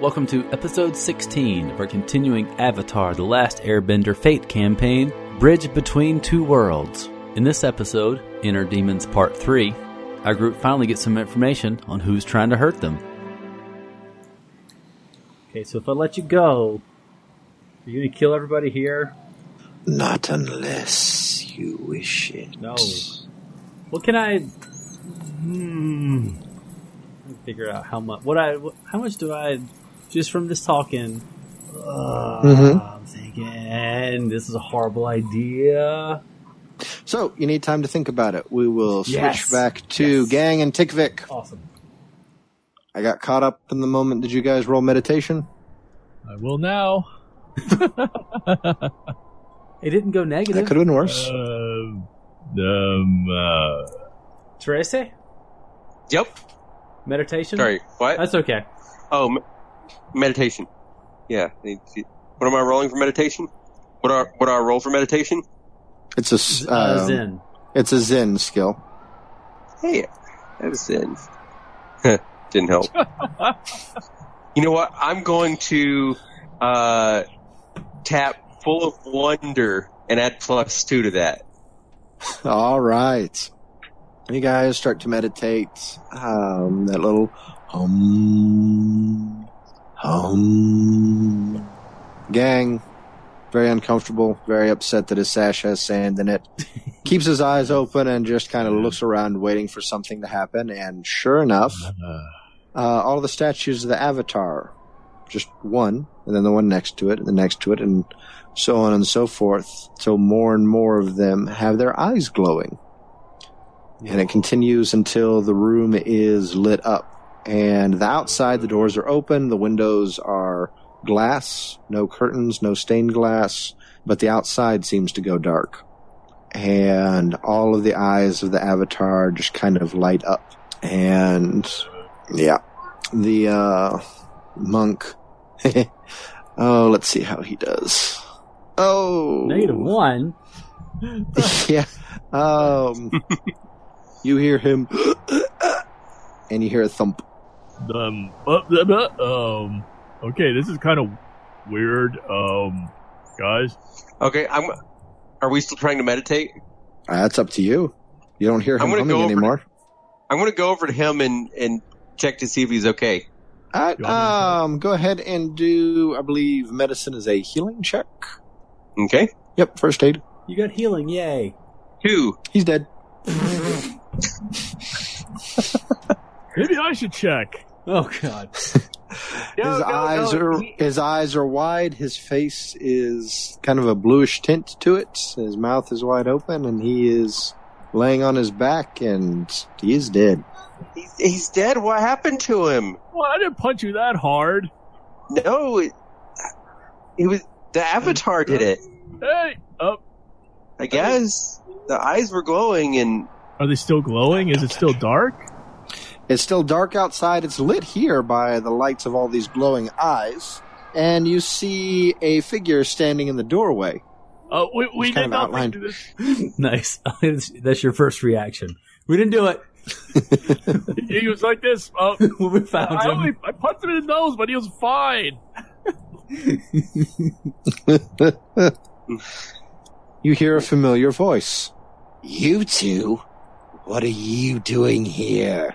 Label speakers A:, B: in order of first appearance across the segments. A: Welcome to episode 16 of our continuing Avatar The Last Airbender Fate campaign, Bridge Between Two Worlds. In this episode, Inner Demons Part 3, our group finally gets some information on who's trying to hurt them.
B: Okay, so if I let you go, are you gonna kill everybody here?
C: Not unless you wish it.
B: No. What can I? Hmm. Let me Figure out how much. What I? What, how much do I? Just from this talking. Uh,
C: Mhm.
B: I'm thinking this is a horrible idea.
C: So you need time to think about it. We will switch
B: Yes.
C: back to
B: Yes.
C: Gang and Tikvik.
B: Awesome.
C: I got caught up in the moment. Did you guys roll meditation?
D: I will now.
B: It didn't go
C: That
B: negative.
C: could have been worse.
B: Uh,
D: Um, um, uh,
B: Teresa,
E: Yep.
B: meditation.
E: Sorry. What?
B: That's okay.
E: Oh, m- meditation. Yeah. I need to- What am I rolling for meditation? What are what are I roll for meditation?
C: It's a s-
B: Uh,
C: um,
B: Zen.
C: It's a Zen skill.
E: Hey, that was in. Didn't help. you know what? I'm going to uh, tap full of wonder and add plus two to that.
C: All right. You guys start to meditate. Um, that little hum, hum. Gang, very uncomfortable, very upset that his sash has sand in it. Keeps his eyes open and just kind of looks around, waiting for something to happen. And sure enough,
A: Uh-huh.
D: uh,
C: uh, all the statues of the Avatar, just one, and then the one next to it, and the next to it, and so on and so forth, till more and more of them have their eyes glowing. And it continues until the room is lit up. And the outside, the doors are open, the windows are glass, no curtains, no stained glass, but the outside seems to go dark. And all of the eyes of the Avatar just kind of light up. And yeah. The uh, monk. oh, let's see how he does. Oh.
B: Negative one.
C: yeah. Um, you hear him. and you hear a thump.
D: um, uh, blah, blah, um, okay, this is kind of weird. Um, guys,
E: Okay. I'm. Are we still trying to meditate?
C: Uh, that's up to you. You don't hear him
E: I'm gonna
C: humming
E: go over-
C: anymore.
E: I'm going to go over to him and and check to see if he's okay.
C: All right,
D: You want
C: um, go ahead and do, I believe, medicine is a healing check.
E: Okay.
C: Yep, first aid.
B: You got healing. Yay.
E: Two.
C: He's dead.
D: maybe I should check.
B: Oh God.
E: No,
C: his
E: no,
C: eyes
E: no,
C: are
E: he-
C: his eyes are wide. His face is kind of a bluish tint to it. His mouth is wide open, and he is laying on his back, and he is dead.
E: He's, he's dead. What happened to him?
D: Well, I didn't punch you that hard.
E: No, it, it was the avatar did it.
D: Hey, up.
E: I guess the eyes were glowing, and
D: Are they still glowing? Is it still dark?
C: It's still dark outside. It's lit here by the lights of all these glowing eyes, and you see a figure standing in the doorway.
D: Uh, we we
C: It's
D: did
C: kind of
D: nothing
C: outlined.
D: to this.
B: nice. That's your first reaction. We didn't do it.
D: He was like this. Uh,
B: we found
D: I,
B: him.
D: only, I punched him in the nose, but he was fine.
C: You hear a familiar voice.
F: You two? What are you doing here?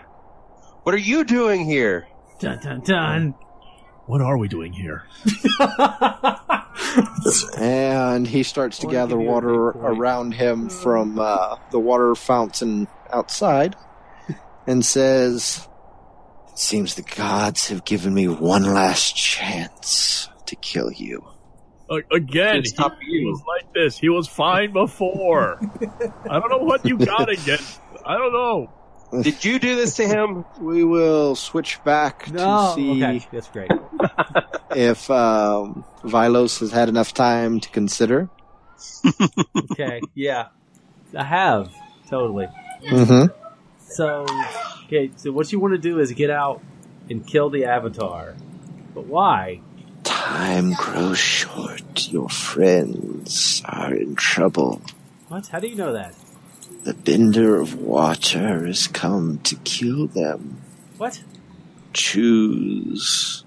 E: what are you doing here?
B: Dun dun dun.
D: What are we doing here?
C: And he starts to
B: Or
C: gather
B: give you a
C: water
B: big point.
C: around him from uh, the water fountain outside and says,
F: It seems the gods have given me one last chance to kill you.
D: Uh, again,
E: It's not
D: he, he
E: you.
D: was like this. He was fine before. I don't know what you got against. I don't know.
E: Did you do this to him?
C: We will switch back to
B: no.
C: see
B: Okay, that's great.
C: if um, Vilos has had enough time to consider.
B: Okay, yeah, I have totally.
C: Mm-hmm.
B: So, okay, so what you want to do is get out and kill the avatar, but why?
F: Time grows short. Your friends are in trouble.
B: What? How do you know that?
F: The bender of water has come to kill them.
B: What?
F: Choose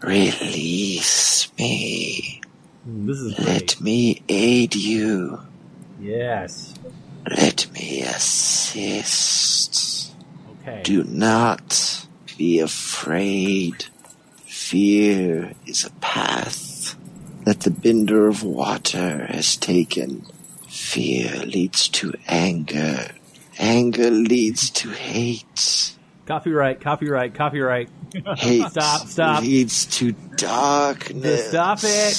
F: Release me.
B: Mm, This is great.
F: Let me aid you.
B: Yes.
F: Let me assist.
B: Okay.
F: Do not be afraid. Fear is a path that the bender of water has taken. Fear leads to anger. Anger leads to hate.
B: Copyright, copyright, copyright.
F: Hate
B: Stop, stop.
F: leads to darkness.
B: Stop it.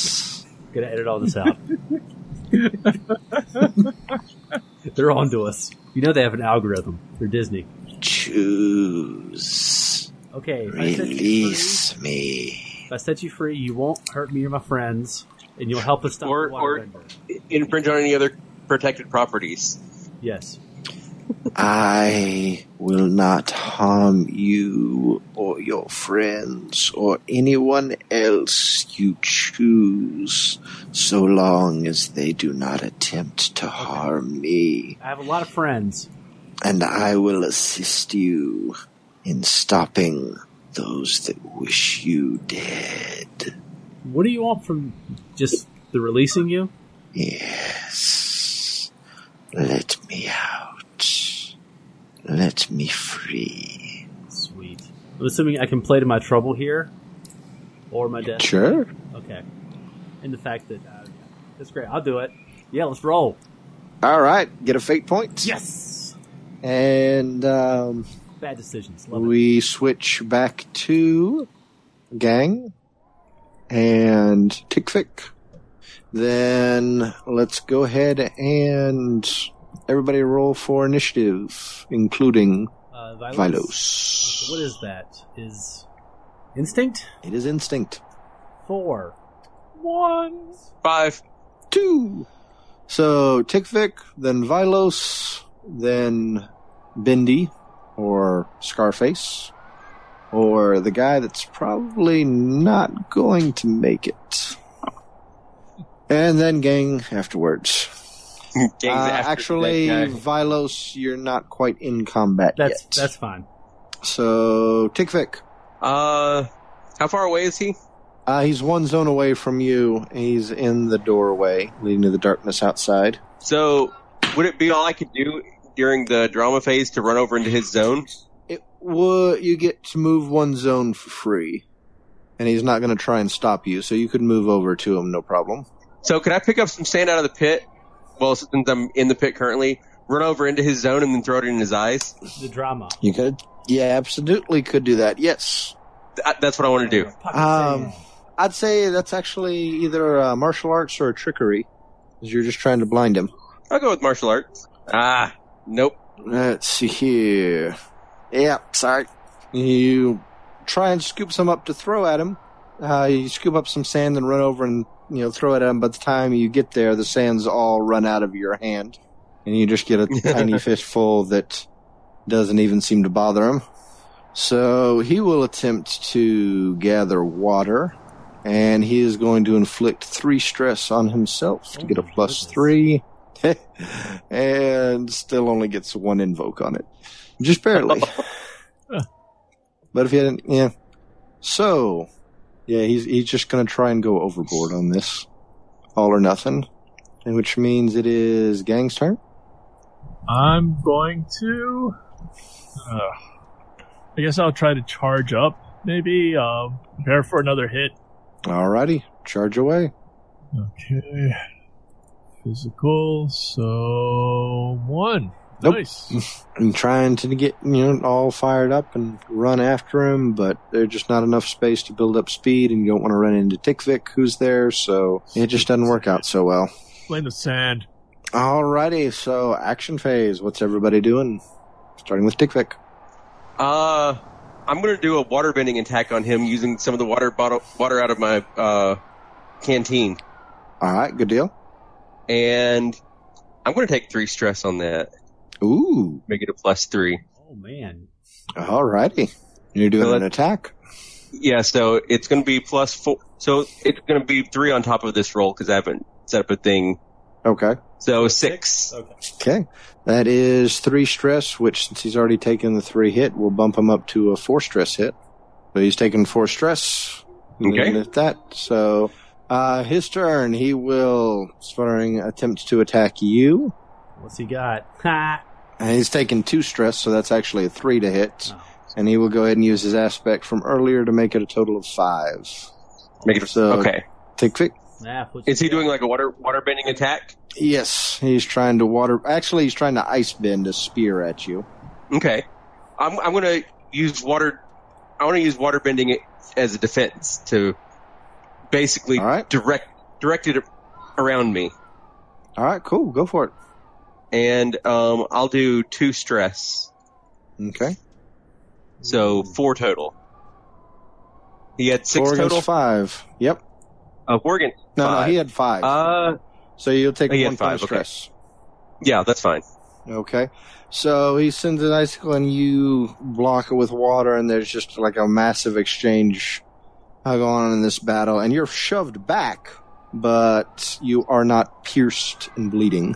B: Gonna edit all this out. They're on to us. You know they have an algorithm. They're Disney.
F: Choose.
B: Okay. if I set you free-
F: Release me.
B: If I set you free, you won't hurt me or my friends, and you'll help us stop
E: Or-
B: the
E: or-
B: waterbender.
E: Infringe on any other protected properties.
B: Yes.
F: I will not harm you or your friends or anyone else you choose so long as they do not attempt to harm me.
B: I have a lot of friends.
F: And I will assist you in stopping those that wish you dead.
B: What do you want from just the releasing you?
F: Yes. Let me out. Let me free.
B: Sweet. I'm assuming I can play to my trouble here, or my death.
C: Sure.
B: Okay. And the fact that uh, that's great. I'll do it. Yeah, let's roll.
C: All right. Get a fate point.
B: Yes.
C: And um,
B: Bad decisions. Love it.
C: we switch back to gang and Tickfick. Then let's go ahead and everybody roll for initiative, including
B: Uh, Vilos.
C: Vilos.
B: Okay, what is that? Is instinct
C: It is instinct.
B: four one?
E: Five.
C: Two. So Tickfick, then Vilos, then Bendy, or Scarface, or the guy that's probably not going to make it. And then gang afterwards.
E: Gangs
C: Uh,
E: after that
C: actually,
E: guy.
C: Vilos, you're not quite in combat
B: That's
C: yet.
B: that's fine.
C: So Tickfick,
E: Uh, how far away is he?
C: uh, he's one zone away from you. He's in the doorway leading to the darkness outside.
E: So, would it be all I could do during the drama phase to run over into his zone?
C: It would you get to move one zone for free, and he's not going to try and stop you, so you could move over to him, no problem.
E: So, could I pick up some sand out of the pit? Well, since I'm in the pit currently, run over into his zone and then throw it in his eyes.
B: The drama.
C: You could, yeah, absolutely could do that. Yes,
E: Th- that's what I want to do.
C: um, I'd say that's actually either uh, martial arts or trickery, because you're just trying to blind him.
E: I'll go with martial arts. Ah, nope.
C: Let's see here. Yeah, sorry. You try and scoop some up to throw at him. Uh, you scoop up some sand and run over and you know throw it at him. By the time you get there, the sand's all run out of your hand, and you just get a tiny fistful that doesn't even seem to bother him. So he will attempt to gather water, and he is going to inflict three stress on himself to
B: Oh
C: get a
B: my
C: plus
B: goodness.
C: three, and still only gets one invoke on it, just barely. but if he hadn't, yeah. So, yeah, he's he's just going to try and go overboard on this, all or nothing, and which means it is gang's turn.
D: I'm going to. Uh, I guess I'll try to charge up. Maybe uh, prepare for another hit.
C: Alrighty, charge away.
D: Okay. Physical. So one.
C: Nope.
D: Nice.
C: and trying to get you know all fired up and run after him, but there's just not enough space to build up speed, and you don't want to run into Tickvick, who's there, so it just doesn't work out so well.
D: Blame the sand.
C: Alrighty, so action phase. What's everybody doing? Starting with Tickvick.
E: Uh, I'm going to do a water bending attack on him using some of the water bottle water out of my uh, canteen,
C: All right, good deal.
E: and I'm going to take three stress on that.
C: Ooh,
E: Make it a plus three.
B: oh man,
C: alrighty. You're doing
E: So
C: an attack.
E: Yeah, so it's going to be plus four. So it's going to be three on top of this roll because I haven't set up a thing.
C: Okay,
E: So six.
B: Okay.
C: okay. That is three stress, which since he's already taken the three hit, will bump him up to a four stress hit. So he's taken four stress. And
E: Okay.
C: then If that so, uh, his turn. He will sputtering attempts to attack you,
B: What's he got? Ha!
C: and he's taken two stress, so that's actually a three to hit. And he will go ahead and use his aspect from earlier to make it a total of five.
E: Make it
C: So-
E: okay.
C: Take quick.
B: Nah, what's
E: Is he
B: got?
E: doing like a water water bending attack?
C: Yes, he's trying to water. Actually, he's trying to ice bend a spear at you.
E: Okay, I'm I'm gonna use water. I want to use water bending it as a defense to basically
C: All right.
E: direct direct it around me,
C: All right, cool. Go for it.
E: and um, I'll do two stress,
C: Okay.
E: so four total. He had six
C: Four
E: total.
C: against five. Yep.
E: Uh, four against
C: No,
E: five.
C: no, he had five.
E: Uh,
C: so you'll take
E: he
C: one point
E: had five,
C: of
E: okay.
C: stress.
E: yeah, that's fine.
C: Okay. So he sends an icicle and you block it with water, and there's just like a massive exchange uh, going on in this battle, and you're shoved back, but you are not pierced and bleeding.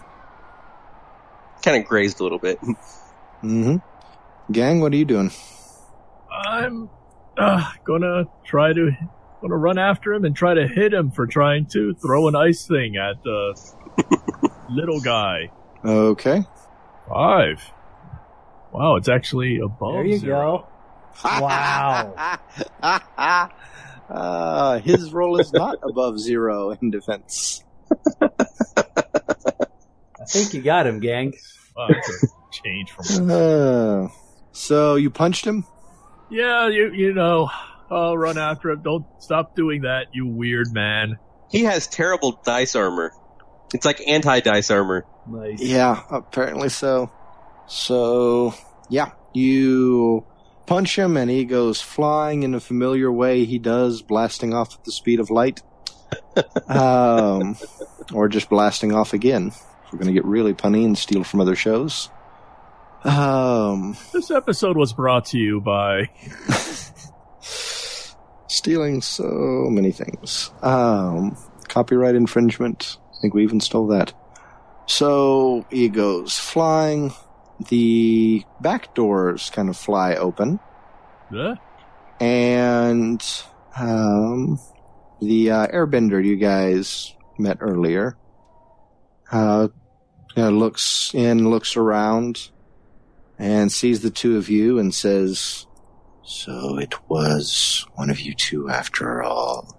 E: Kind of grazed a little bit.
C: Mm hmm. Gang, what are you doing?
D: I'm uh, gonna try to gonna run after him and try to hit him for trying to throw an ice thing at the little guy.
C: Okay.
D: Five. Wow, it's actually above
B: There you
D: zero.
B: go. Wow.
C: uh, his roll is not above zero in defense.
B: I think you got him, gang.
D: Wow, that's a change from.
C: Uh, so you punched him?
D: Yeah, you you know, I'll run after him. Don't stop doing that, you weird man.
E: he has terrible dice armor. It's like anti dice armor.
B: Nice.
C: Yeah, apparently so. So, yeah, you punch him and he goes flying in a familiar way he does, blasting off at the speed of light. um, or just blasting off again. We're going to get really punny and steal from other shows. Um,
D: This episode was brought to you by
C: stealing so many things. Um, copyright infringement. I think we even stole that. So he goes flying. The back doors kind of fly open,
D: Huh?
C: and um, the uh, airbender you guys met earlier uh, kind of looks in, looks around, and sees the two of you and says,
F: So it was one of you two after all.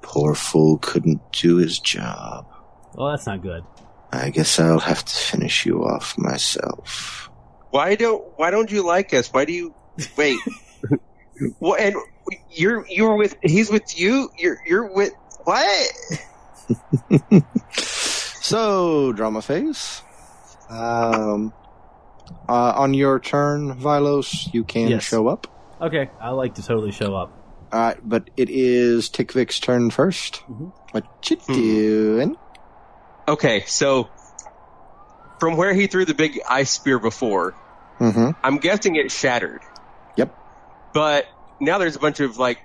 F: Poor fool couldn't do his job.
B: Well, that's not good.
F: I guess I'll have to finish you off myself.
E: Why don't Why don't you like us? Why do you wait? well, and you're you're with he's with you. You're you're with what?
C: so drama phase. Um, uh, on your turn, Vilos, you can
B: Yes.
C: show up.
B: Okay, I like to totally show up.
C: All right, but it is Tikvik's turn 1st
B: Mhm.
C: What you
E: Hmm.
C: doing?
E: Okay, so from where he threw the big ice spear before,
C: Mm-hmm.
E: I'm guessing it shattered.
C: Yep.
E: But now there's a bunch of like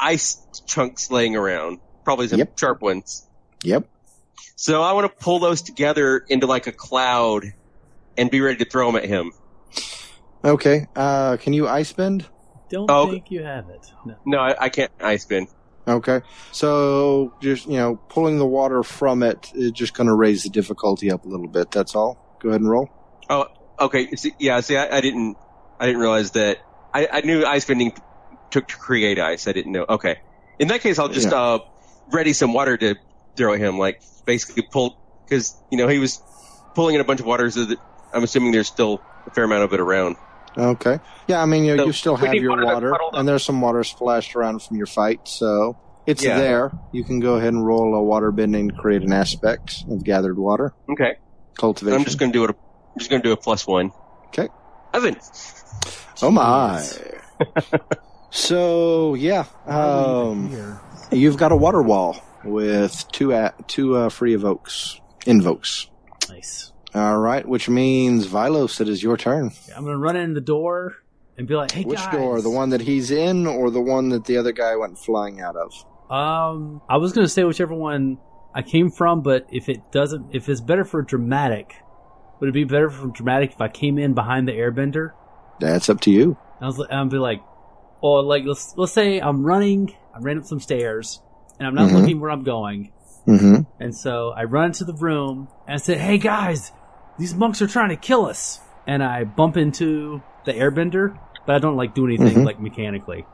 E: ice chunks laying around, probably some
C: Yep.
E: sharp ones.
C: Yep.
E: So I want to pull those together into like a cloud and be ready to throw them at him.
C: Okay. Uh, can you ice bend?
B: Don't
E: Oh,
B: think you have it. No.
E: No, I, I can't ice spin.
C: Okay. So just you know, pulling the water from it is just going to raise the difficulty up a little bit. That's all. Go ahead and roll.
E: Okay, see, yeah, see, I, I didn't, I didn't realize that. I, I knew ice bending took to create ice. I didn't know. Okay, in that case, I'll just
C: Yeah.
E: uh, ready some water to throw at him. Like basically pull, because you know he was pulling in a bunch of water, so that I'm assuming there's still a fair amount of it around.
C: Okay. Yeah, I mean, you,
E: So,
C: you still
E: we
C: have
E: need
C: your
E: water that's
C: water,
E: puddled up.
C: and there's some water splashed around from your fight, so it's
E: Yeah.
C: there. You can go ahead and roll a water bending to create an aspect of gathered water
E: Okay,
C: cultivation.
E: I'm just gonna do it. I'm just gonna do a plus one.
C: Okay.
E: Evan.
C: oh my! so yeah, um,
B: Here.
C: you've got a water wall with two a two uh, free evokes invokes.
B: Nice.
C: All right, which means Vilos, it is your turn.
B: Okay, I'm gonna run in the door and be like, "Hey
C: Which
B: guys."
C: door? The one that he's in, or the one that the other guy went flying out of?
B: Um, I was gonna say whichever one I came from, but if it doesn't, if it's better for dramatic, would it be better for dramatic if I came in behind the airbender?
C: That's up to you.
B: I was, I'd be like, or like, let's let's say I'm running, I I ran up some stairs, and I'm not
C: Mhm.
B: looking where I'm going.
C: Mm-hmm.
B: And so I run into the room and I said, "Hey guys, these monks are trying to kill us." And I bump into the airbender, but I don't like do anything
C: Mhm.
B: like mechanically.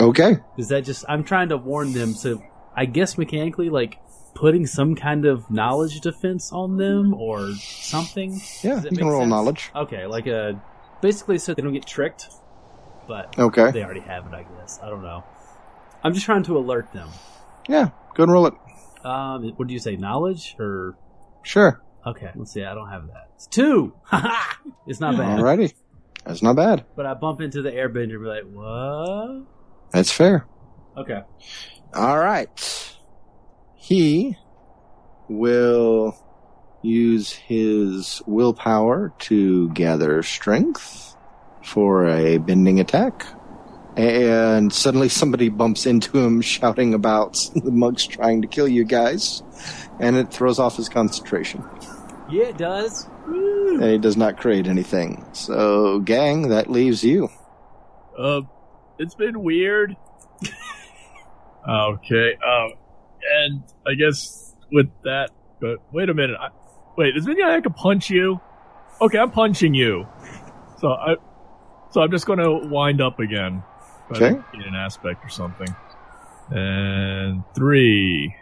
C: Okay.
B: Is that just I'm trying to warn them to I guess mechanically like putting some kind of knowledge defense on them or something?
C: Yeah,
B: Does it
C: you can
B: make
C: roll
B: sense?
C: knowledge.
B: Okay, like a basically so they don't get tricked, but
C: Okay.
B: they already have it, I guess. I don't know. I'm just trying to alert them.
C: Yeah, go and roll it.
B: Um, what do you say, knowledge or
C: Sure.
B: Okay, let's see. I don't have that. It's two. Haha! it's not bad.
C: Alrighty. That's not bad.
B: But I bump into the airbender and be like, what?
C: That's fair.
B: Okay.
C: All right. He will use his willpower to gather strength for a bending attack. And suddenly somebody bumps into him shouting about the monks trying to kill you guys. And it throws off his concentration.
B: Yeah, it does.
C: And he does not create anything. So, gang, that leaves you.
D: Uh, it's been weird. okay. Um, and I guess with that, but wait a minute. I, wait, is maybe I can punch you? Okay, I'm punching you. So I, so I'm just gonna wind up again. Try to
C: Okay.
D: Get an aspect or something. And three.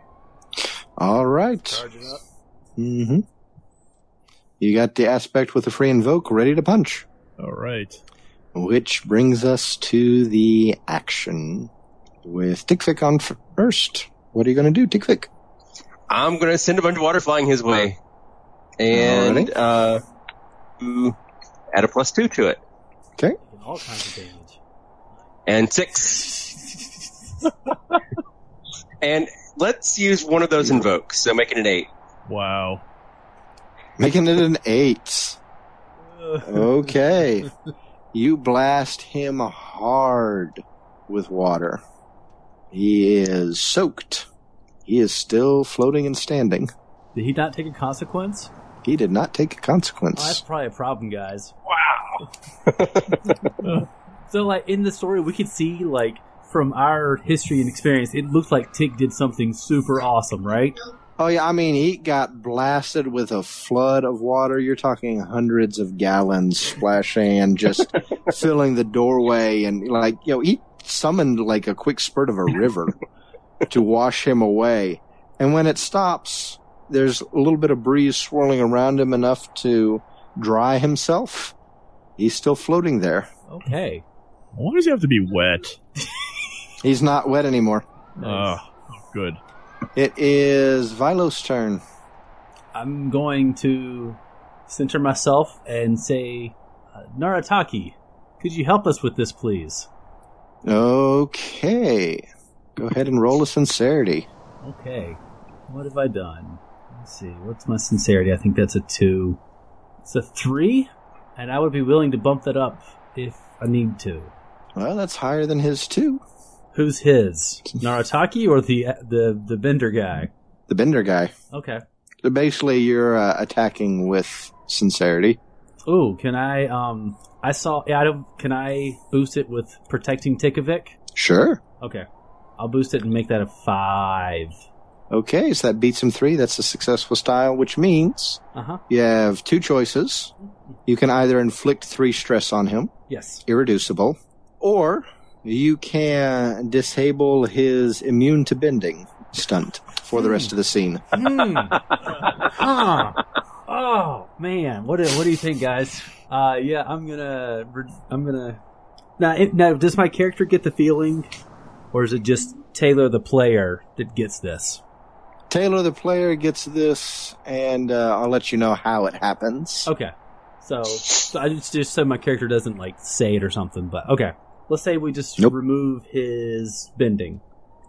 C: All right.
B: Charging up.
C: Mm-hmm. You got the aspect with the free invoke ready to punch.
D: All right.
C: Which brings us to the action with Tickvick on f- first. What are you going to do, Tickvick?
E: I'm gonna send a bunch of water flying his way, and
C: Alrighty.
E: uh, ooh, add a plus two to it,
B: Taking all kinds of damage.
E: and six. and let's use one of those invokes, so make it an eight.
D: Wow.
C: Making it an eight. Okay. You blast him hard with water. He is soaked. He is still floating and standing.
B: Did he not take a consequence?
C: He did not take a
B: Oh, that's
C: consequence.
B: probably a problem, guys. Wow. so, like, in the story, we could see, like, from our history and experience, it looked like Tick did something super awesome, right?
C: Oh, yeah. I mean, he got blasted with a flood of water. You're talking hundreds of gallons splashing and just filling the doorway. And, like, you know, he summoned like a quick spurt of a river to wash him away. And when it stops, there's a little bit of breeze swirling around him enough to dry himself. He's still floating there.
B: Okay.
D: Why does he have to be wet?
C: He's not wet anymore.
B: Nice.
D: Oh, good.
C: It is Vilo's turn.
B: I'm going to center myself and say, uh, Narataki, could you help us with this, please?
C: Okay. Go ahead and roll a sincerity.
B: Okay. What have I done? Let's see. What's my sincerity? I think that's a two. It's a three, and I would be willing to bump that up if I need to.
C: Well, that's higher than his too.
B: Who's his? Narataki or the the the bender guy?
C: The Bender guy.
B: Okay.
C: So basically, you're uh, attacking with sincerity.
B: Ooh, can I um I saw yeah, I don't can I boost it with protecting Tikovic?
C: Sure.
B: Okay. I'll boost it and make that a five.
C: Okay, so that beats him three. That's a successful style, which means
B: Uh-huh.
C: you have two choices. You can either inflict three stress on him,
B: Yes.
C: irreducible, or you can disable his immune to bending stunt for the rest of the scene.
B: Hmm. Huh. Oh man, what do, what do you think, guys? Uh, yeah, I'm gonna re- I'm gonna now it, now does my character get the feeling, or is it just Taylor the player that gets this?
C: Taylor, the player, gets this, and uh, I'll let you know how it happens.
B: Okay, so, so I just just so my character doesn't like say it or something, but okay. Let's say we just
C: Nope.
B: remove his bending.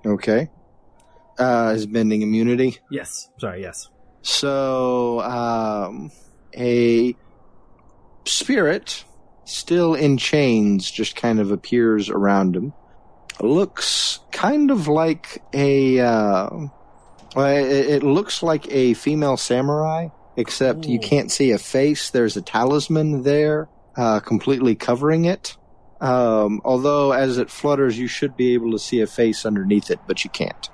C: Okay. Uh, is bending immunity.
B: Yes, sorry, yes.
C: So, um, a spirit, still in chains, just kind of appears around him. Looks kind of like a, uh, well, it, it looks like a female samurai, except you
B: Ooh.
C: can't see a face. There's a talisman there, uh, completely covering it. Um, although, as it flutters, you should be able to see a face underneath it, but you can't.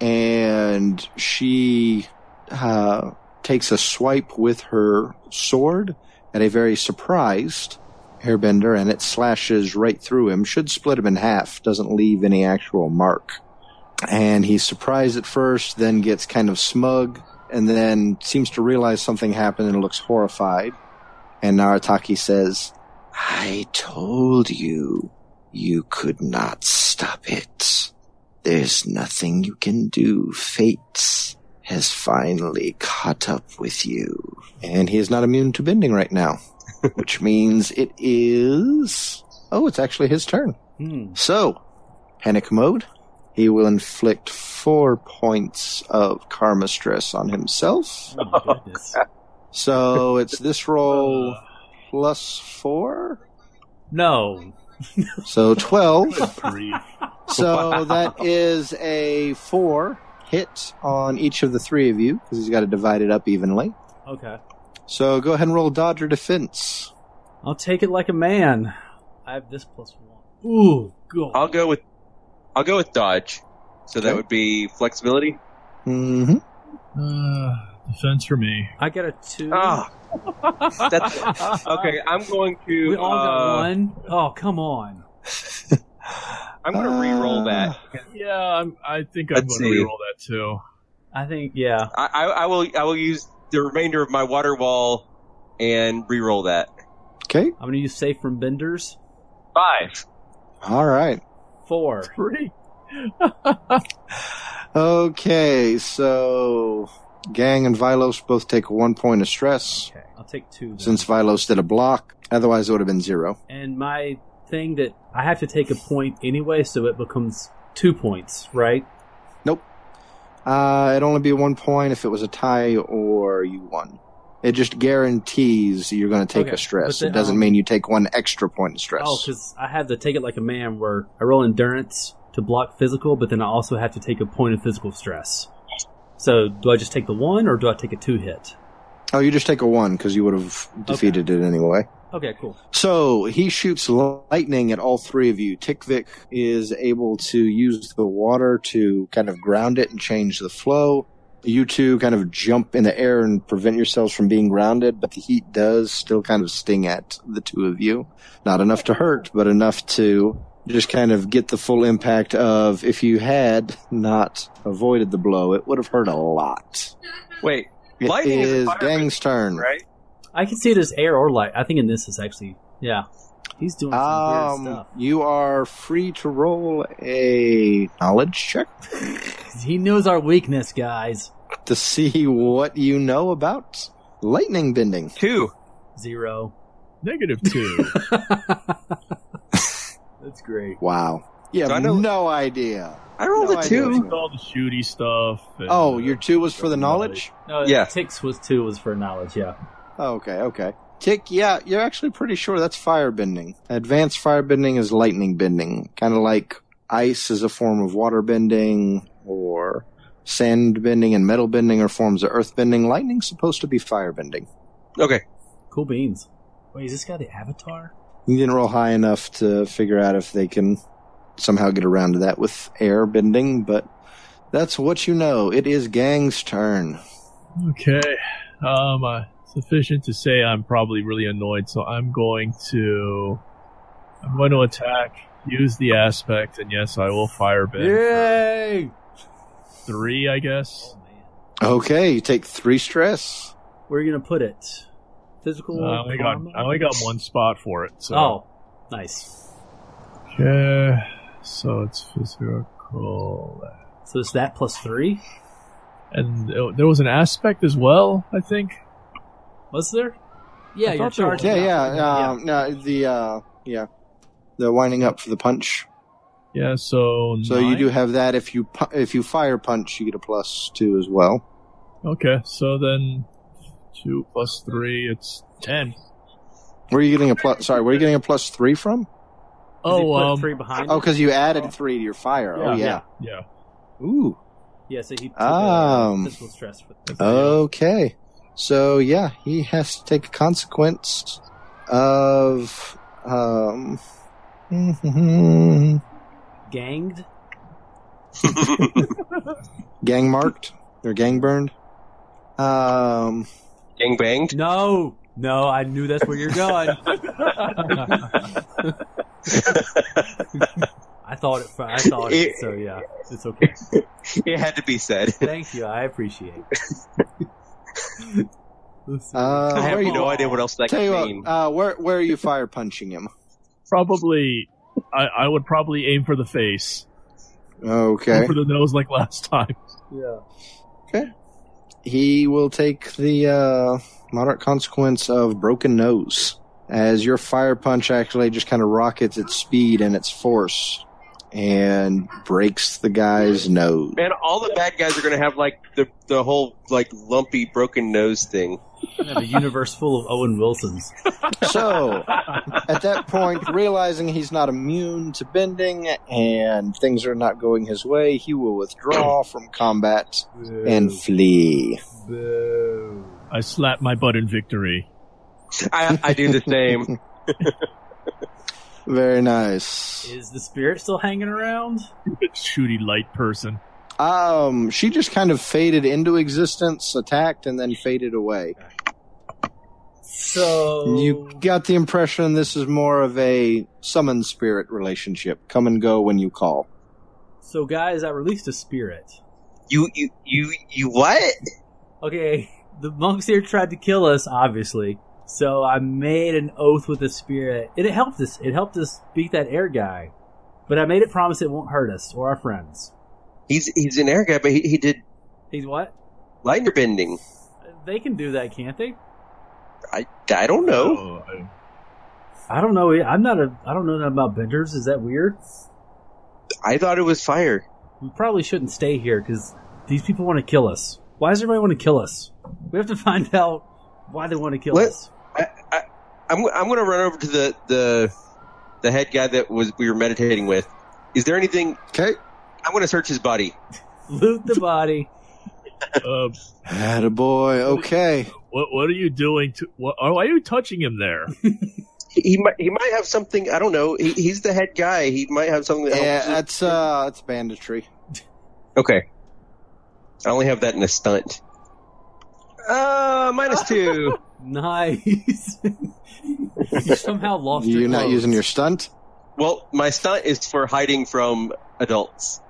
C: And she uh, takes a swipe with her sword at a very surprised airbender, and it slashes right through him. Should split him in half, doesn't leave any actual mark. And he's surprised at first, then gets kind of smug, and then seems to realize something happened and looks horrified. And Narataki says,
F: I told you you could not stop it. There's nothing you can do. Fate has finally caught up with you.
C: and he is not immune to bending right now, which means it is. Oh, it's actually his turn.
B: Hmm.
C: So, panic mode. He will inflict four points of karma stress on himself.
B: Oh, my goodness.
C: So it's this roll plus four.
B: No.
C: So 12.
D: Grief.
C: So that is a four hit on each of the three of you because he's got to divide it up evenly.
B: Okay.
C: So go ahead and roll dodge or defense.
B: I'll take it like a man. I have this plus one. Ooh, God.
E: I'll go with I'll go with dodge. So that
C: Okay.
E: would be flexibility.
C: Mm-hmm.
D: Uh, defense for me.
B: I got a two.
E: Ah, that's okay. I'm going to.
B: we all got
E: uh,
B: one. Oh, come on.
E: I'm going to re-roll
C: Ah.
E: that.
D: Yeah, I'm, I think I'm
E: Let's
D: going
E: see.
D: to reroll that too.
B: I think, yeah.
E: I, I, I will. I will use the remainder of my water wall and re-roll that.
C: Okay.
B: I'm going to use safe from benders.
E: Five.
C: All right.
B: Four.
D: Three.
C: Okay. So Gang and Vilos both take one point of stress
B: Okay. I'll take two. Then.
C: since Vilos did a block. Otherwise, it would have been zero.
B: and my thing that I have to take a point anyway, so it becomes two points, right?
C: Uh, it'd only be one point if it was a tie or you won. It just guarantees you're going to take
B: Okay,
C: a stress.
B: but then,
C: it doesn't
B: um,
C: mean you take one extra point of stress.
B: Oh, because I have to take it like a man, where I roll endurance to block physical, but then I also have to take a point of physical stress. So do I just take the one, or do I take a two hit?
C: oh, you just take a one because you would have defeated it anyway.
B: Okay, cool.
C: So he shoots lightning at all three of you. Tikvik is able to use the water to kind of ground it and change the flow. You two kind of jump in the air and prevent yourselves from being grounded, but the heat does still kind of sting at the two of you. Not enough to hurt, but enough to just kind of get the full impact of if you had not avoided the blow, it would have hurt a lot.
E: Wait,
C: It
E: Lightning is a
C: is
E: fire
C: Gang's turn.
E: right?
B: I can see it as air or light. I think in this is actually, yeah, he's doing some weird
C: Um,
B: stuff.
C: you are free to roll a knowledge check
B: He knows our weakness, guys.
C: to see what you know about lightning bending.
E: Two.
B: Zero.
D: Negative two.
B: That's great.
C: Wow. You
E: So I
C: have
E: know-
C: no idea.
E: I rolled
C: No
E: a
C: idea.
E: two.
D: all the shooty stuff. and,
C: Oh,
D: uh,
C: your two was for the knowledge?
B: No,
E: Yeah.
B: Tix was two was for knowledge. Yeah.
C: Oh, okay, okay. Tick, yeah, you're actually pretty sure that's fire bending. Advanced fire bending is lightning bending. Kind of like ice is a form of water bending, or sand bending and metal bending are forms of earth bending. Lightning's supposed to be fire bending.
E: Okay.
B: Cool beans. Wait, is this guy the Avatar?
C: You didn't roll high enough to figure out if they can somehow get around to that with air bending, but that's what you know. It is Gang's turn.
D: uh, Okay. Um, uh, sufficient to say I'm probably really annoyed, so I'm going to, I'm going to attack, use the aspect, and yes, I will fire bend.
B: Yay!
D: Three, I guess.
B: Oh man,
C: Okay, you take three stress.
B: where are you gonna put it? Physical.
D: Uh, I only got,
B: karma?
D: I only got one spot for it. So.
B: Oh, nice.
D: Okay. So it's physical,
B: So it's that plus three.
D: and uh, there was an aspect as well. I think.
B: Was there? Yeah,
D: I
B: you're
D: thought there
B: charged.
D: was.
C: Yeah, yeah, um, yeah. the uh, yeah, the winding up for the punch.
D: Yeah. So.
C: So you
D: nine?
C: do have that. If you pu- if you fire punch, you get a plus two as well.
D: Okay. So then, two plus three, it's ten.
C: Where are you getting a plus? Sorry, where are you getting a plus three from?
B: Did they
D: Oh,
B: put
D: um,
B: three behind.
C: Oh,
B: it?
C: because you added three to your fire. oh yeah.
D: yeah.
C: Ooh.
B: Yeah, so he
C: Um,
B: took
C: oh.
B: um, physical stress. For
C: Okay. So yeah, he has to take a consequence of um
B: Ganged?
C: gang marked or gang burned. Um,
E: Gang banged.
B: No, no, I knew that's where you're going. I thought it. I thought it. So yeah, it's okay.
E: It had to be said.
B: Thank you. I appreciate it. Let's see.
C: uh,
E: I have
C: where you-
E: no idea what else that
C: tell you
E: could
C: what,
E: mean.
C: uh, where where are you fire punching him?
D: Probably, I, I would probably aim for the face, or
C: Okay,
D: for the nose, like last time.
B: yeah.
C: he will take the uh, moderate consequence of broken nose as your fire punch actually just kind of rockets its speed and its force and breaks the guy's nose.
E: Man, all the bad guys are going to have like the the whole like lumpy broken nose thing.
B: I have a universe full of Owen Wilsons.
C: So, at that point, realizing he's not immune to bending and things are not going his way, he will withdraw from combat and flee.
B: Boo.
D: I slap my butt in victory.
E: I, I do the same.
C: Very nice.
B: Is the spirit still hanging around?
D: Stupid shooty light person.
C: Um, she just kind of faded into existence, attacked, and then faded away.
B: So
C: You
E: Oh.
C: got the impression this is more of a summon spirit relationship. Come and go when you call.
B: So guys, I released a spirit.
E: You you you you what?
B: Okay, the monks here tried to kill us, obviously. So I made an oath with the spirit. It helped us. It helped us beat that air guy. But I made it promise it won't hurt us or our friends.
E: He's he's an air guy, but he, he did
B: He's what?
E: lightner bending.
B: They can do that, can't they?
E: I I don't know.
D: Oh, I-
B: I don't know. I'm not a. I don't know nothing about benders. Is that weird?
E: I thought it was fire.
B: We probably shouldn't stay here because these people want to kill us. Why does everybody want to kill us? We have to find out why they want to kill
E: What?
B: us.
E: I, I I'm I'm going to run over to the the the head guy that was we were meditating with. Is there anything?
C: Okay.
E: I'm going to search his body.
B: Loot the body.
D: uh,
C: Attaboy. Okay.
D: what What are you doing? To what, oh, why are you touching him there?
E: He, he might he might have something. I don't know. He, he's the head guy. He might have something. That
C: Yeah,
E: helps.
C: that's, uh, that's banditry.
E: Okay. I only have that in a stunt. Uh, minus two.
B: Nice. you somehow lost your
C: You're not
B: clothes.
C: using your stunt?
E: well, my stunt is for hiding from adults.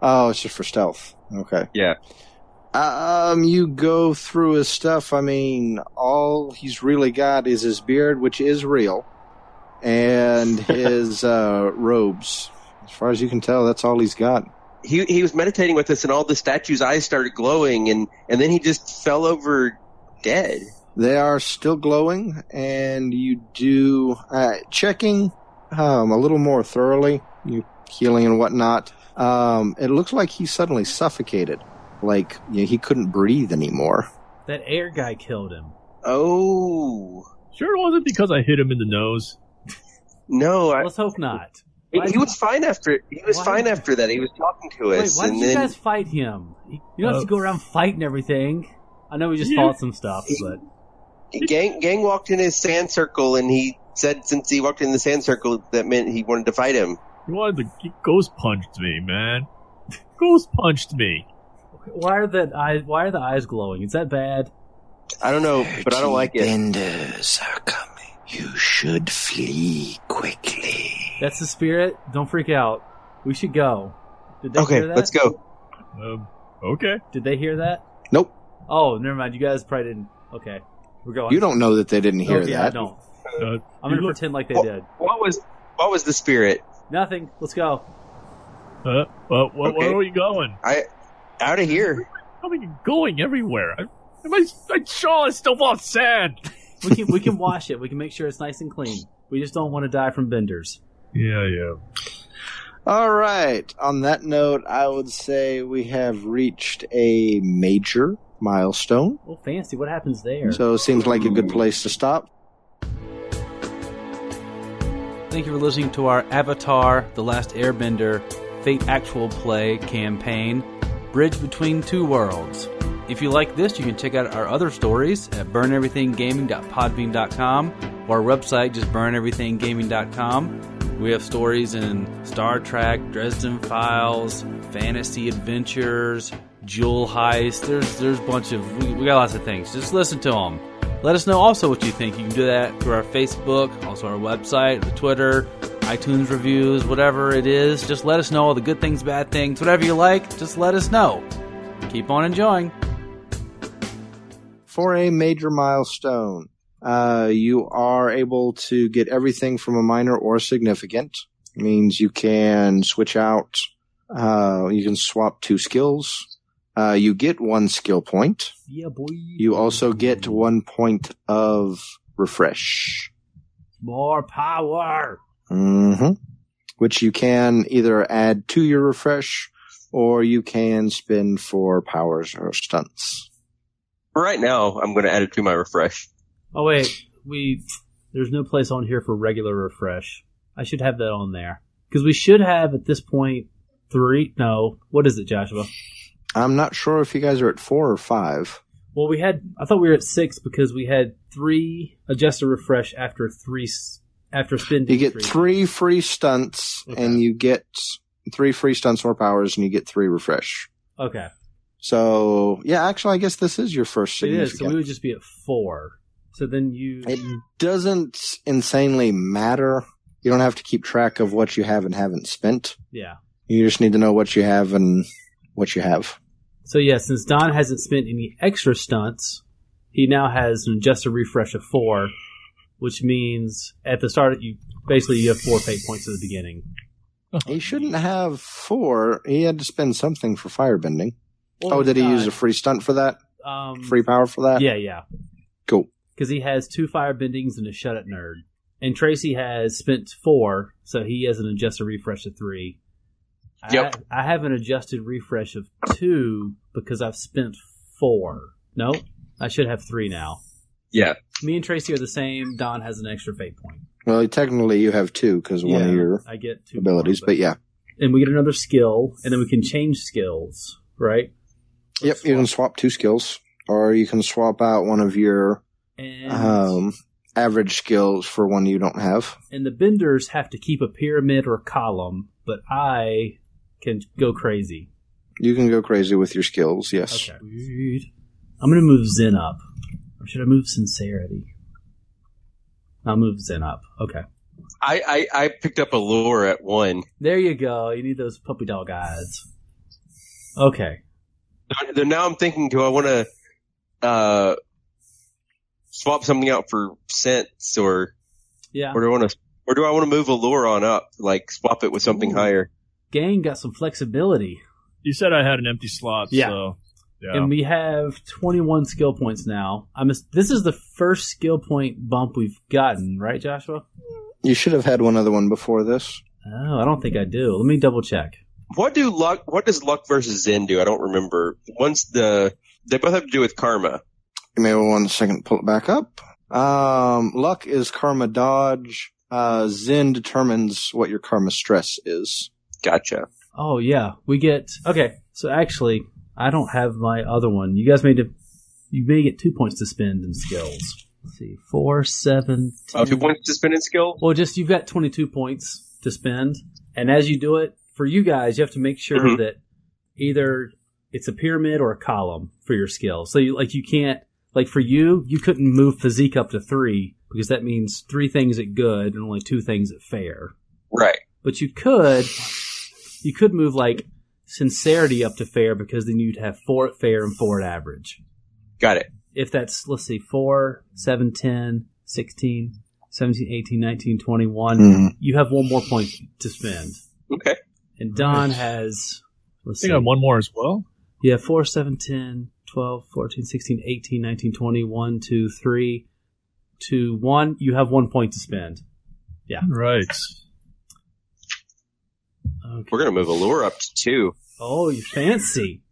C: Oh, it's just for stealth. Okay.
E: Yeah.
C: Um, you go through his stuff. I mean, all he's really got is his beard, which is real, and his uh, robes. As far as you can tell, that's all he's got.
E: He he was meditating with us, and all the statue's eyes started glowing, and and then he just fell over dead.
C: They are still glowing, and you do uh, checking um, a little more thoroughly, you healing and whatnot. Um, it looks like he suddenly suffocated, like you know, he couldn't breathe anymore.
B: That air guy killed him.
E: Oh
D: Sure, it wasn't because I hit him in the nose.
E: no! I,
B: Let's hope not.
E: he,
B: why-
E: he was fine after he was
B: why-
E: fine after that. He was talking to
B: Wait,
E: us,
B: why did
E: and
B: you
E: then
B: guys fight him? You don't have to
D: Uh,
B: go around fighting everything. I know we just
D: Yeah.
B: fought some stuff, but
E: gang gang walked in his sand circle, and he said since he walked in the sand circle, that meant he wanted to fight him.
D: He wanted to. He ghost punched me, man. Ghost punched me.
B: why are the eyes? Why are the eyes glowing? Is that bad?
E: I don't
C: Oh,
E: know, but I don't like it.
F: Benders are coming. You should flee quickly.
B: That's the spirit. Don't freak out. We should go. Did they
E: Okay,
B: hear that?
E: let's go.
D: Um, okay.
B: Did they hear that?
C: Nope.
B: Oh, never mind. You guys probably didn't. Okay, we're going.
C: You don't know that they didn't hear
B: okay, I
C: that.
B: don't.
D: Uh,
B: I'm gonna
D: you look-
B: pretend like they
E: Oh.
B: did.
E: What was what was the spirit?
B: Nothing. Let's go.
D: Uh, well, wh-
E: Okay.
D: Where are you going?
E: Out of here.
D: How are you going everywhere? I, my, my shawl is still on sand.
B: We can we can wash it. We can make sure it's nice and clean. We just don't want to die from benders.
D: Yeah, yeah.
C: All right. On that note, I would say we have reached a major milestone.
B: Oh, fancy. What happens there?
C: So it seems like a good place to stop.
A: Thank you for listening to our Avatar The Last Airbender Fate Actual Play campaign, Bridge Between Two Worlds. If you like this, you can check out our other stories at burneverythinggaming.podbean.com or our website, just burneverythinggaming.com. We have stories in Star Trek, Dresden Files, Fantasy Adventures, Jewel Heist. There's there's a bunch of we, we got lots of things. Just listen to them. Let us know also what you think. You can do that through our Facebook, also our website, the Twitter, iTunes reviews, whatever it is. Just let us know all the good things, bad things, whatever you like. Just let us know. Keep on enjoying.
C: for a major milestone. Uh, you are able to get everything from a minor or significant. It means you can switch out, uh, you can swap two skills. Uh, you get one skill point.
B: Yeah, boy.
C: You also get one point of refresh.
B: more power.
C: hmm Which you can either add to your refresh or you can spend for powers or stunts.
E: For right now, I'm going to add it to my refresh.
B: Oh wait, we there's no place on here for regular refresh. I should have that on there because we should have at this point three. No, what is it, Joshua?
C: I'm not sure if you guys are at four or five.
B: Well, we had I thought we were at six because we had three adjust a refresh after three s- after spending.
C: You get three free stunts,
B: Okay.
C: and you get three free stunts more powers, and you get three refresh.
B: Okay,
C: So yeah, actually, I guess this is your first
B: it is. So we
C: significant.
B: would just be at four. So then you
C: It doesn't insanely matter. You don't have to keep track of what you have and haven't spent.
B: yeah.
C: You just need to know what you have and what you have.
B: So yeah, since Don hasn't spent any extra stunts, he now has an adjust a refresh of four, which means at the start you basically you have four fate points at the beginning. Oh,
C: He shouldn't have four. He had to spend something for firebending. oh, did he use a free stunt for that?
B: a um,
C: Free power for that?
B: Yeah, yeah.
C: Cool.
B: Because he has two fire bendings and a shut it nerd. And Tracy has spent four, so he has an adjusted refresh of three.
E: Yep.
B: I, I have an adjusted refresh of two because I've spent four. No, I should have three now.
E: Yeah.
B: Me and Tracy are the same. Don has an extra fate point.
C: Well, technically, you have two because one of your
B: I get two
C: abilities,
B: more,
C: but yeah.
B: and we get another skill, and then we can change skills, right?
C: Yep, you can swap two skills, or you can swap out one of your
B: And
C: um, average skills for one you don't have.
B: and the benders have to keep a pyramid or column, but I can go crazy.
C: You can go crazy with your skills. Yes,
B: Okay. I'm gonna move Zen up. Or should I move Sincerity? I'll move Zen up. Okay.
E: I, I, I picked up a lure at one.
B: There you go. You need those puppy dog eyes. Okay.
E: Then now I'm thinking, do I want to uh, swap something out for cents, or
B: Yeah.
E: or do I want to, or do I want to move a lure on up, like swap it with something
B: Ooh.
E: higher?
B: Gang got some flexibility.
D: You said I had an empty slot,
B: Yeah.
D: so yeah.
B: And we have 21 skill points now. I'm a, this is the first skill point bump we've gotten, right, Joshua?
C: you should have had one other one before this.
B: Oh, I don't think I do. Let me double check.
E: What do luck? What does luck versus Zen do? I don't remember. Once the they both have to do with karma.
C: Give me one second. to Pull it back up. Um, luck is karma dodge. Uh, Zen determines what your karma stress is.
E: Gotcha.
B: Oh yeah, we get okay. So actually, I don't have my other one. You guys may to you may get two points to spend in skills. Let's see, four, seven,
E: Oh,
B: ten.
E: who wants to spin in skill?
B: Well, just you've got twenty-two points to spend, and as you do it, for you guys, you have to make sure
E: Mhm.
B: that either it's a pyramid or a column for your skill. So, you, like, you can't like for you, you couldn't move physique up to three because that means three things at good and only two things at fair.
E: Right.
B: But you could, you could move like sincerity up to fair because then you'd have four at fair and four at average.
E: Got it.
B: If that's let's see, four, seven, ten, sixteen, seventeen, eighteen, nineteen, twenty-one,
C: Mhm.
B: you have one more point to spend.
E: Okay.
B: And Don
D: Nice.
B: has
D: I
B: let's
D: think
B: see,
D: I have one more as well.
B: yeah, 4, 7, 10, 12, 14, 16, 18, 19, 20, 1, 2, 3, 2, 1. You have one point to spend.
D: Right.
B: Okay.
E: We're gonna move a lure up to two.
B: Oh, you fancy.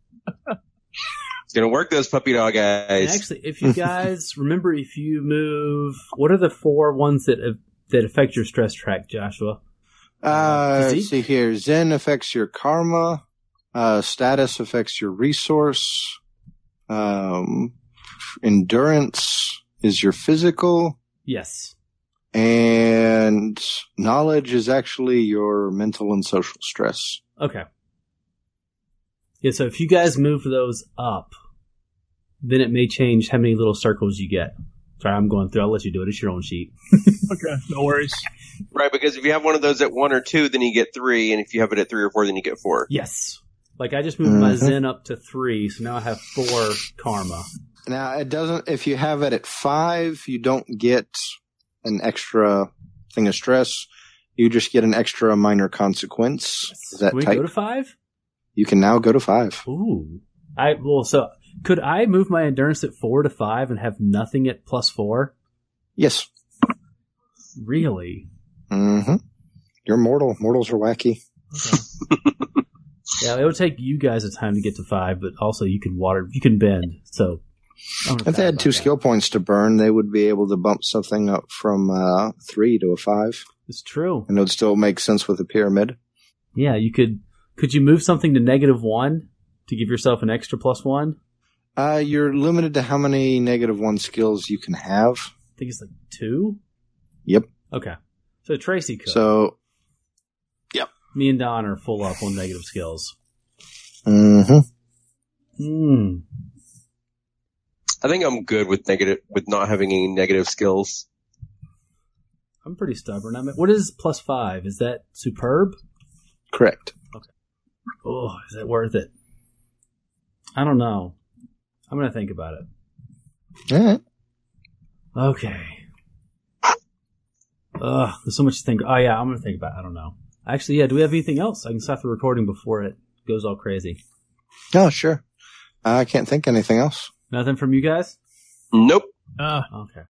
E: It's gonna work those puppy dog
B: And
E: eyes.
B: actually, if you guys remember, if you move, what are the four ones that that affect your stress track, Joshua?
C: Uh,
B: Physique?
C: let's see here. Zen affects your karma. Uh, status affects your resource. Um, endurance is your physical.
B: Yes.
C: And knowledge is actually your mental and social stress.
B: Okay. Yeah, so if you guys move those up, then it may change how many little circles you get. Sorry, I'm going through. I'll let you do it. It's your own sheet.
D: Okay, no worries.
E: Right, because if you have one of those at one or two, then you get three, and if you have it at three or four, then you get four.
B: Yes. Like I just moved my
C: Mhm.
B: Zen up to three, so now I have four karma.
C: Now, it doesn't, if you have it at five, you don't get an extra thing of stress. You just get an extra minor consequence. Is that
B: Can we
C: tight?
B: go to five?
C: you can now go to five.
B: Ooh. I well, so could I move my endurance at four to five and have nothing at plus four?
C: Yes.
B: Really?
C: Mm-hmm. You're mortal. Mortals are wacky.
B: Yeah, it would take you guys a time to get to five, but also you can water, you can bend. So I'm gonna
C: If they
B: pass
C: had
B: on
C: two
B: that.
C: skill points to burn, they would be able to bump something up from uh, three to a five,
B: it's true.
C: and it would still make sense with a pyramid.
B: Yeah, you could. Could you move something to negative one to give yourself an extra plus one?
C: Uh, you're limited to how many negative one skills you can have.
B: I think it's like two.
C: Yep.
B: Okay. So Tracy could.
C: So,
B: me and Don are full up on negative skills.
C: mhm.
B: Hmm.
E: I think I'm good with negative with not having any negative skills.
B: I'm pretty stubborn. I mean, what is plus five? Is that superb?
C: correct.
B: Oh, is that worth it? I don't know. I'm gonna think about it.
C: All right.
B: Okay. Ugh, there's so much to think. Oh yeah, I'm gonna think about. it. I don't know. Actually, yeah. Do we have anything else? I can stop the recording before it goes all crazy.
C: Oh, sure. I can't think of anything else.
B: Nothing from you guys.
E: Nope.
D: Uh,
B: Okay.